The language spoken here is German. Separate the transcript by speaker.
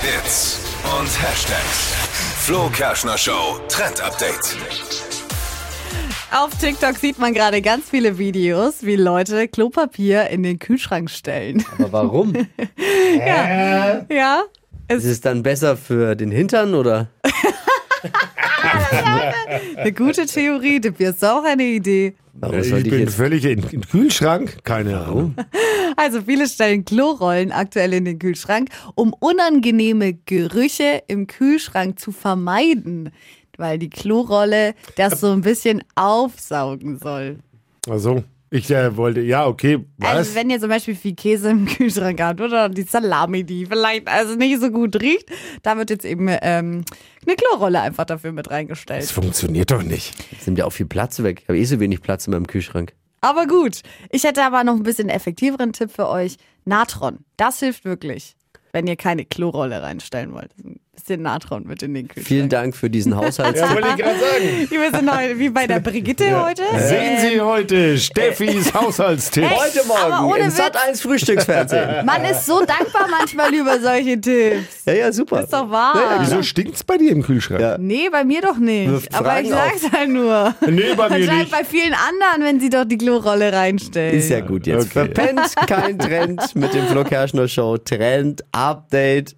Speaker 1: Hits und Hashtags. Flo Kerschner Show Trend Update.
Speaker 2: Auf TikTok sieht man gerade ganz viele Videos, wie Leute Klopapier in den Kühlschrank stellen.
Speaker 3: Aber warum?
Speaker 2: Ja?
Speaker 3: Ist es dann besser für den Hintern oder?
Speaker 2: Eine gute Theorie, du bist auch eine Idee.
Speaker 3: Warum
Speaker 4: Ich
Speaker 3: sollte ich
Speaker 4: bin
Speaker 3: jetzt?
Speaker 4: völlig in, in Kühlschrank, keine Ahnung.
Speaker 2: Also viele stellen Klorollen aktuell in den Kühlschrank, um unangenehme Gerüche im Kühlschrank zu vermeiden, weil die Klorolle das so ein bisschen aufsaugen soll.
Speaker 4: Also, ich äh, wollte, ja, okay,
Speaker 2: Also
Speaker 4: was?
Speaker 2: wenn ihr zum Beispiel viel Käse im Kühlschrank habt oder die Salami, die vielleicht also nicht so gut riecht, da wird jetzt eben ähm, eine Klorolle einfach dafür mit
Speaker 4: Das
Speaker 2: reingestellt.
Speaker 4: funktioniert doch nicht.
Speaker 3: Jetzt nimmt ja auch viel Platz weg. Ich habe eh so wenig Platz in meinem Kühlschrank.
Speaker 2: Aber gut, ich hätte aber noch ein bisschen effektiveren Tipp für euch. Natron, das hilft wirklich, wenn ihr keine Klorolle reinstellen wollt. Ein bisschen Natron mit in den Kühlschrank.
Speaker 3: Vielen Dank für diesen Haushalts.
Speaker 4: Ja, wollte ich gerade sagen.
Speaker 2: Wir sind heute wie bei der Brigitte heute.
Speaker 4: Sehen Sie heute Steffis Haushaltstipp.
Speaker 3: Heute
Speaker 2: Aber
Speaker 3: Morgen
Speaker 2: ohne
Speaker 3: im
Speaker 2: Witz.
Speaker 3: Sat 1 Frühstücksfernsehen.
Speaker 2: Man ist so dankbar manchmal über solche Tipps.
Speaker 3: Ja, ja, super.
Speaker 2: Ist doch wahr.
Speaker 4: Wieso stinkt's bei dir im Kühlschrank?
Speaker 3: Ja.
Speaker 2: Nee, bei mir doch nicht.
Speaker 3: Wirft
Speaker 2: aber
Speaker 3: Fragen
Speaker 2: ich sag's halt nur.
Speaker 4: Nee, bei mir
Speaker 2: Anscheinend
Speaker 4: nicht.
Speaker 2: bei vielen anderen, wenn sie doch die Klorolle reinstellen.
Speaker 3: Ist ja gut jetzt.
Speaker 4: Okay.
Speaker 3: Verpennt kein Trend mit dem Flo Kerschner Show. Trend Update.